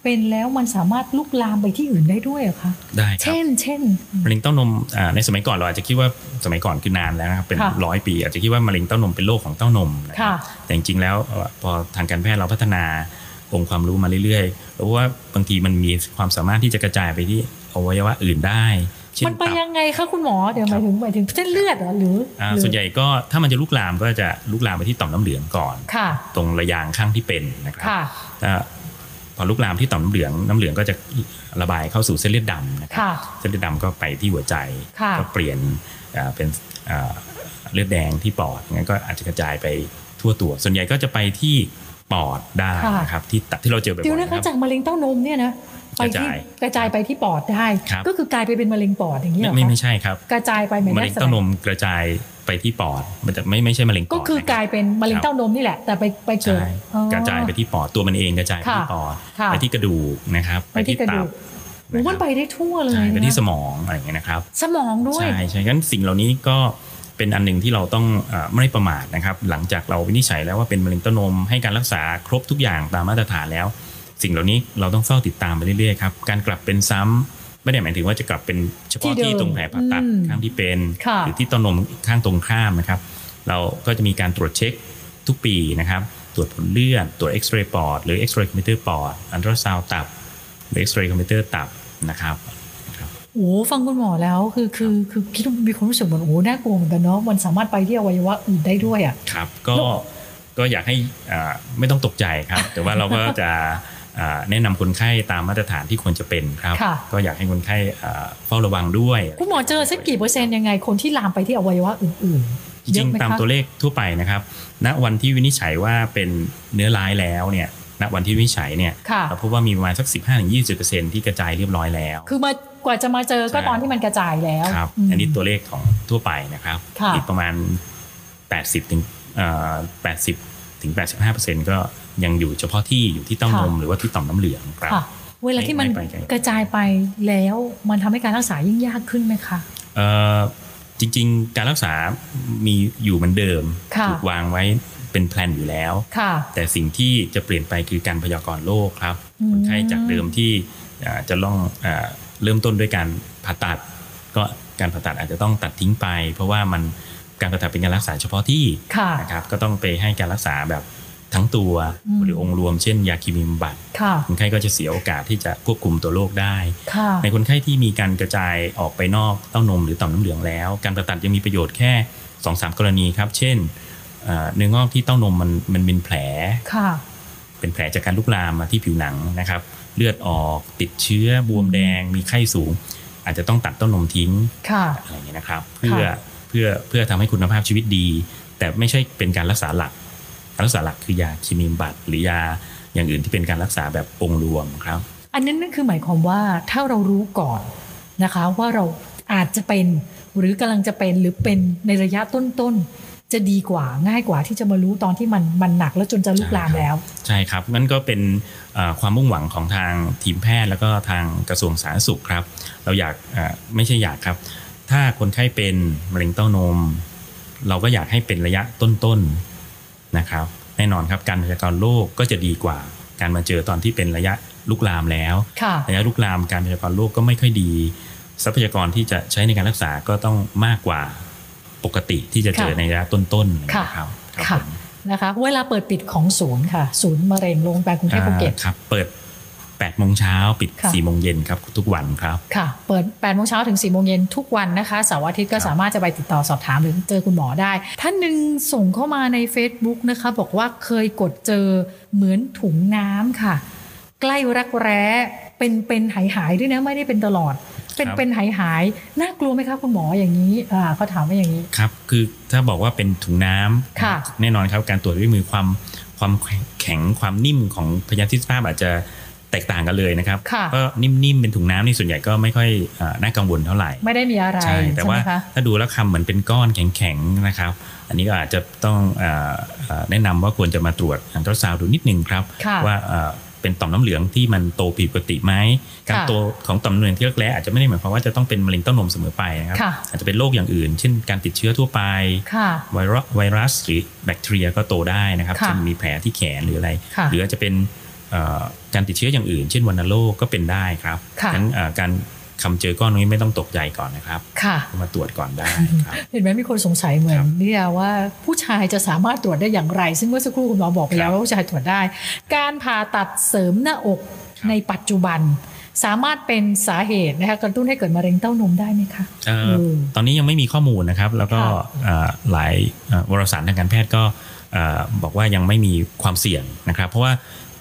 S2: เป็นแล้วมันสามารถลุกลามไปที่อื่นได้ด้วยเหรอคะ
S3: ได้ครับ
S2: เช่น เช่น
S3: มะเร็งเต้านมอ่าในสมัยก่อนเราอาจจะคิดว่าสมัยก่อนคือนานแล้วนะครับเป็น
S2: ค่ะ
S3: ร้อยปี อาจจะคิดว่ามะเร็งเต้านมเป็นโรคของเต้านมนะครับ
S2: ค่ะ
S3: แต่จริงๆแล้วเอ่อพอทางการแพทย์เราพัฒนาองค์ความรู้มาเรื่อยๆเราว่าบางทีมันมีความสามารถที่จะกระจายไปที่อวัยวะอื่นได้เช่
S2: มัน นไป
S3: ตับ
S2: ยังไงคะคุณหมอเดี๋ยวห
S3: ครั
S2: มาย
S3: บ
S2: ถึงหมายถึงเส้นเลือดเหรอหรือ
S3: อ่า
S2: รือ
S3: ส่วนใหญ่ก็ถ้ามันจะลุกลามก็จะลุกลามไปที่ต่อมน้ำเหลืองก่อน
S2: ค่ะ
S3: ตรงระยางข้างที่เป็นนะครับ
S2: ค่ะ
S3: ถ้าพอลุกลามที่ต่อมน้ำเหลืองน้ำเหลืองก็จะระบายเข้าสู่เส้นเลือดดำนะครับ
S2: ค่ะ
S3: เส้นเลือดดำก็ไปที่หัวใจ
S2: ค่ะ
S3: ก็เปลี่ยนอ่าเป็นอ่าเลือดแดงที่ปอดงั้นก็อาจจะกระจายไปทั่วตัว ส่วนใหญ่ก็จะไปที่ปอดได้
S2: ค่ะ
S3: นะครับที่ตับที่เราเจอบ่อย
S2: เดี๋ยว
S3: ๆ
S2: นะ
S3: นะค
S2: คะ
S3: รับ
S2: จากมะเร็งเต้านมเนี่ยนะไปที่กระจายไปที่ปอดได้
S3: ครับ
S2: ก็คือกลายไปเป็นมะเร็งปอดอย่างนี้ย
S3: ไม่
S2: เหรอ
S3: ไม่
S2: คะ
S3: ไม่ใช่ครับ
S2: กระจายไปเหมือน
S3: มะเร็งเต้านมกระจายไปที่ปอดมันจะไม่ไม่ใช่มะเร็งปอด
S2: ก็คือกลายเป็นมะเร็งเต้านมนี่แหละ แต่ไปไป
S3: ใช่
S2: เกิดอ๋อ
S3: กระจายไปที่ปอดตัวมันเองกระจายไปที่
S2: ค่ะ
S3: ปอด
S2: ค่ะ
S3: ไปที่กระดูกนะครับ ไป
S2: ไป
S3: ที่
S2: ที่กระดู
S3: ตั
S2: ก
S3: บ
S2: โอ้มันไปได้ทั่วเลย
S3: ใช่ไปที่ส
S2: นะ
S3: มองอะไรอย่างเงี้ยนะครับ
S2: สมองด้วย
S3: ใช่ใช่งั้นสิ่งเหล่านี้ก็เป็นอันหนึ่งที่เราต้องเออไม่ประมาทนะครับ หลังจากเราวินิจฉัยแล้วว่าเป็นมะเร็งเต้านมให้การรักษาครบทุกอย่างตามมาตรฐานแล้ว สิ่งเหล่านี้เราต้องเฝ้าติดตามไปเรื่อยๆครับการกลับเป็นซ้ำไม่ได้หมายถึงว่าจะกลับเป็นเฉพาะ
S2: ที่เดิม
S3: ที่ตรงแผลผ่าตัด
S2: อืม
S3: ข้างที่เป็น
S2: ค่ะ
S3: หรือที่เต้านมข้างตรงข้ามนะครับ เราก็จะมีการตรวจเช็คทุกปีนะครับ ตรวจผลเลือดตรวจเอ็กซเรย์ปอดหรือเอ็กซเรย์คอมพิวเตอร์ปอดอันตราซาวตับหรือเอ็กซเรย์คอมพิวเตอร์ตับนะครับ
S2: โอ้ฟังคุณหมอแล้วคือคือคือคิดว่ามีความรู้สึกเหมือนโอ้น่ากลัวเหมือนกันเนาะมันสามารถไปที่อวัยวะอื่นได้ด้วยอ่ะ
S3: ครับก็ก็อยากให้อ่าไม่ต้องตกใจครับ *laughs* แต่ว่าเราก็จะอ่าแนะนำคนไข้ตามมาตรฐานที่ควรจะเป็นครับ
S2: ค่ะ
S3: ก็อยากให้คนไข้อ่าเฝ้าระวังด้วย
S2: คุณหมอเจอสักกี่เปอร์เซ็นต์ยังไงคนที่ลามไปที่อวัยวะอื่น
S3: จ
S2: ๆเย
S3: ริ
S2: อะ
S3: ง
S2: ไหม
S3: ๆตาม
S2: คะ
S3: ตัวเลขทั่วไปนะครับ ณวันที่วินิจฉัยว่าเป็นเนื้อร้ายแล้วเนี่ยณวันที่วินิจฉัยเนี่ย
S2: ค่ะ
S3: เราพบว่ามีประมาณสัก 15-20%ที่กระจายเรียบร้อยแล้ว
S2: คือมากว่าจะมาเจอก็
S3: ใช่
S2: ตอนที่มันกระจายแล้ว
S3: ครับ
S2: ม
S3: อันนี้ตัวเลขของทั่วไปนะครับ
S2: ค่ะ
S3: อีกประมาณ 80ถึงเอ่อ80ถึง85%ก็ยังอยู่เฉพาะที่อยู่ที่เต้านม
S2: ค่ะ
S3: หรือว่าที่ต่อมน้ำเหลืองครับ
S2: ค่ะ เวลาที่มัน
S3: ไม่ไปไกล
S2: กระจายไปแล้วมันทำให้การรักษายิ่งยากขึ้นไหมคะ
S3: เอ่อจริงๆ การรักษามีอยู่เหมือนเดิม
S2: ค่ะ
S3: ถูกวางไว้เป็นแพลนอยู่แล้ว
S2: ค่ะ
S3: แต่สิ่งที่จะเปลี่ยนไปคือการพยากรณ์โรคครับ
S2: อืม
S3: คนไข้จากเดิมที่อ่าจะต้องอ่าเริ่มต้นด้วยการผ่าตัด ก็การผ่าตัดอาจจะต้องตัดทิ้งไป เพราะว่ามันการผ่าตัดเป็นการรักษาเฉพาะที่
S2: ค่ะ
S3: นะครับก็ต้องไปให้การรักษาแบบทั้งตัว
S2: อืม
S3: หรือองค์รวมเช่นยาเคมีบำบัด
S2: ค่ะ
S3: คนไข้ก็จะเสียโอกาสที่จะควบคุมตัวโรคได้
S2: ค่ะ
S3: ในคนไข้ที่มีการกระจายออกไปนอกเต้านมหรือต่อมน้ำเหลืองแล้ว การผ่าตัดยังมีประโยชน์แค่2อสกรณีครับ เช่นเอ่อเนื้องอกที่เต้านมมันมันเป็นแผล
S2: ค่ะ
S3: เป็นแผลจากการลุกลามมาที่ผิวหนังนะครับ เลือดออกติดเชื้อบวมแดง มีไข้สูง อาจจะต้องตัดเต้านมทิ้ง
S2: ค่ะ
S3: อะไรอย่างเงี้ยนะครับเพื่อ
S2: ค่ะ
S3: เพื่อเพื่อทำให้คุณภาพชีวิตดี แต่ไม่ใช่เป็นการรักษาหลักการรักษาหลักคือยาเคมีบำบัดหรือยาอย่างอื่นที่เป็นการรักษาแบบองค์รวมครับ
S2: อันนั้นนั่นคือหมายความว่าถ้าเรารู้ก่อนนะคะ ว่าเราอาจจะเป็นหรือกำลังจะเป็นหรือเป็นในระยะต้นๆ จะดีกว่าง่ายกว่าที่จะมารู้ตอนที่มันมันหนักแล้วจนจะลุกลามแล้ว
S3: ใช่ครับนั่นก็เป็นเอ่อความมุ่งหวังของทางทีมแพทย์แล้วก็ทางกระทรวงสาธารณสุขครับ เราอยากเอ่อไม่ใช่อยากครับ ถ้าคนไข้เป็นมะเร็งเต้านม เราก็อยากให้เป็นระยะต้นๆนะครับ แน่นอนครับการพยากรณ์โรคก็จะดีกว่า การมาเจอตอนที่เป็นระยะลุกลามแล้ว
S2: ค่ะ
S3: ระยะลุกลามการพยากรณ์โรคก็ไม่ค่อยดี ทรัพยากรที่จะใช้ในการรักษาก็ต้องมากกว่าปกติที่จะเจอ
S2: ค่ะ
S3: ในระยะต้นๆ
S2: ค่ะ
S3: นะครับ
S2: ค่ะ
S3: ผม
S2: นะคะ เวลาเปิดปิดของศูนย์ค่ะ ศูนย์มะเร็งโรงพยาบาลกรุงเทพภูเก็ต
S3: อ่าครับเปิด8โมงเช้าปิด
S2: ค่ะ
S3: 4โมงเย็นครับทุกวันครับ
S2: ค่ะ เปิด8โมงเช้าถึง4โมงเย็นทุกวันนะคะเสาร์อาทิตย์ก็
S3: ครับ
S2: สามารถจะไปติดต่อสอบถามหรือเจอคุณหมอได้ ท่านหนึ่งส่งเข้ามาใน Facebook นะคะ บอกว่าเคยกดเจอเหมือนถุงน้ำค่ะ ใกล้รักแร้ เป็นเป็นหายหายๆด้วยนะไม่ได้เป็นตลอด เป็น
S3: ครับ
S2: เป็นหายหายๆน่ากลัวไหมคะคุณหมออย่างนี้อ่าเขาถามว่าอย่างนี้
S3: ครับ คือถ้าบอกว่าเป็นถุงน้ำ
S2: ค่ะ
S3: แน่นอนครับการตรวจด้วยมือความความแข็งความนิ่มของพยาธิสภาพอาจจะแตกต่างกันเลยนะครับ
S2: ค่ะ
S3: ก็นิ่มๆเป็นถุงน้ำนี่ส่วนใหญ่ก็ไม่ค่อยเอ่อน่ากังวลเท่าไหร่
S2: ไม่ได้มีอะไร
S3: ใช่ แต่ว่า
S2: ไหมคะ
S3: ถ้าดูแล้วคำเหมือนเป็นก้อนแข็งๆนะครับ อันนี้ก็อาจจะต้องเออเอ่อแนะนำว่าควรจะมาตรวจอันตราซาวด์ดูนิดนึงครับ
S2: ค่ะ
S3: ว่าเอ่อเป็นต่อมน้ำเหลืองที่มันโตผิดปกติไหมการ
S2: ค่ะ
S3: โตของต่อมน้ำเหลืองที่เล็กแร้อาจจะไม่ได้หมายความว่าจะต้องเป็นมะเร็งเต้านมเสมอไปนะครับ
S2: ค่ะ
S3: อาจจะเป็นโรคอย่างอื่น เช่นการติดเชื้อทั่วไป
S2: ค่ะ
S3: ไวรัสไวรัสหรือแบคทีเรียก็โตได้นะครับ
S2: ค่ะ
S3: เช่นมีแผลที่แขนหรืออะไร
S2: ค่ะ
S3: หรืออาจจะเป็นเอ่อการติดเชื้ออย่างอื่น เช่นวัณโรคก็เป็นได้ครับ
S2: ค่ะ
S3: งั้นเอ่อการคำเจอก้อนนี้ไม่ต้องตกใจก่อนนะครับ
S2: ค่ะ
S3: มาตรวจก่อนได้ครับ
S2: เห็นไหมมีคนสงสัยเหมือน
S3: ครับ
S2: เนี่ยว่าผู้ชายจะสามารถตรวจได้อย่างไร ซึ่งเมื่อสักครู่คุณหมอบอกไปแล้ว
S3: ครับ
S2: ว่าผู้ชายตรวจได้ การผ่าตัดเสริมหน้าอก
S3: ครับ
S2: ในปัจจุบัน สามารถเป็นสาเหตุนะคะกระตุ้นให้เกิดมะเร็งเต้านมได้ไหมคะ
S3: เอ่อ
S2: อืม
S3: ตอนนี้ยังไม่มีข้อมูลนะครับ แล้วก็
S2: ค่ะ
S3: เอ่อหลายเอ่อวารสารทางการแพทย์ก็เอ่อบอกว่ายังไม่มีความเสี่ยงนะครับ เพราะว่า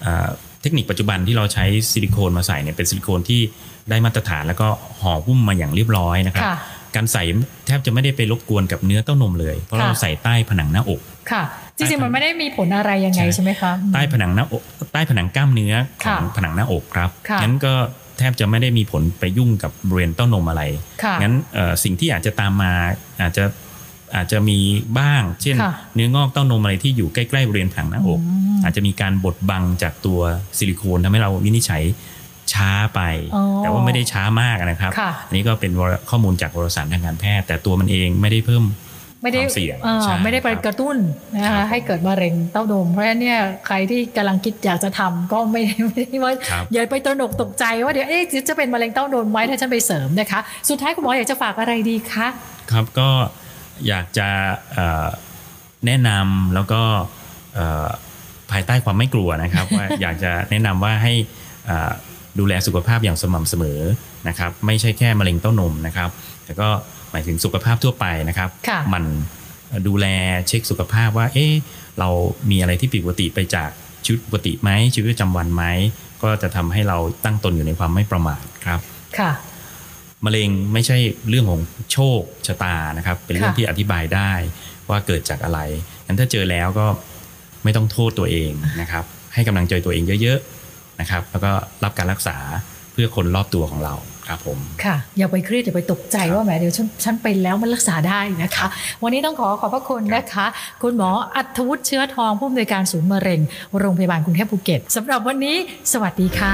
S3: เอ่อเทคนิคปัจจุบันที่เราใช้ซิลิโคนมาใส่เนี่ยเป็นซิลิโคนที่ได้มาตรฐานแล้วก็ห่อหุ้มมาอย่างเรียบร้อยนะครับ
S2: ค่ะ
S3: การใส่แทบจะไม่ได้ไปรบกวนกับเนื้อเต้านมเลย เพราะ
S2: ค่ะ
S3: เราใส่ใต้ผนังหน้าอก
S2: ค่ะ จริงๆ มันไม่ได้มีผลอะไรยังไง
S3: ใช่
S2: ใช่ไหมคะอืม
S3: ใต้ผนังหน้าอกใต้ผนังกล้ามเนื้อข
S2: ค่ะ
S3: องผนังหน้าอกครับ
S2: ค่ะ
S3: งั้นก็แทบจะไม่ได้มีผลไปยุ่งกับบริเวณเต้านมอะไร
S2: ค่ะ
S3: งั้นเอ่อสิ่งที่อาจจะตามมาอาจจะอาจจะมีบ้าง เช่น
S2: ค่ะ
S3: เนื้องอกเต้านมอะไรที่อยู่ใกล้ๆบริเวณผนังหน้าอก
S2: อืม
S3: อาจจะมีการบดบังจากตัวซิลิโคนทำให้เราวินิจฉัยช้าไป
S2: อ๋อ
S3: แต่ว่าไม่ได้ช้ามากนะครับ
S2: ค่ะ
S3: อันนี้ก็เป็นวารข้อมูลจากวารสารทางการแพทย์ แต่ตัวมันเองไม่ได้เพิ่ม
S2: ไม่ได้
S3: ความเสี่ยง
S2: เอ่อ
S3: ใช่
S2: ไม่ได้ไป
S3: ครับ
S2: กระตุ้นนะ
S3: ครั
S2: คะ
S3: บ
S2: ให้เกิดมะเร็งเต้านม เพราะฉะนั้นเนี่ยใครที่กำลังคิดอยากจะทำก็ไม่ *laughs* ไม่ได้ว่า
S3: ครับ
S2: อย่าไปตระหนกตกใจว่าเดี๋ยวเอ๊ะจะเป็นมะเร็งเต้านมไหมถ้าฉันไปเสริมนะคะ สุดท้ายคุณหมออยากจะฝากอะไรดีคะ
S3: ครับก็อยากจะเอ่อแนะนำแล้วก็เอ่อภายใต้ความไม่กลัว
S2: *laughs*
S3: นะครับ ว่าอยากจะแนะนำว่าให้เอ่อดูแลสุขภาพอย่างสม่ำเสมอนะครับ ไม่ใช่แค่มะเร็งเต้านมนะครับแต่ก็หมายถึงสุขภาพทั่วไปนะครับ
S2: ค่ะ
S3: หมันดูแลเช็คสุขภาพว่าเอ๊ะเรามีอะไรที่ผิดปกติไปจากชีวิตปกติไหมชีวิตประจำวันไหมก็จะทำให้เราตั้งตนอยู่ในความไม่ประมาทครับ
S2: ค่ะ
S3: มะเร็งไม่ใช่เรื่องของโชคชะตานะครับ เป็นเรื่อง
S2: ค่ะ
S3: ที่อธิบายได้ว่าเกิดจากอะไรงั้นถ้าเจอแล้วก็ไม่ต้องโทษตัวเองนะครับ ให้กำลังใจตัวเองเยอะๆนะครับ แล้วก็รับการรักษาเพื่อคนรอบตัวของเราครับผม
S2: ค่ะ อย่าไปเครียด อย่าไปตกใจว่าแหมเดี๋ยวฉันฉันเป็นแล้วมันรักษาได้นะคะ วันนี้ต้องขอขอบพระคุณนะคะ คุณหมออัธวุฒิเชื้อทองผู้อำนวยการศูนย์มะเร็ง โรงพยาบาลกรุงเทพภูเก็ตสำหรับวันนี้ สวัสดีค่ะ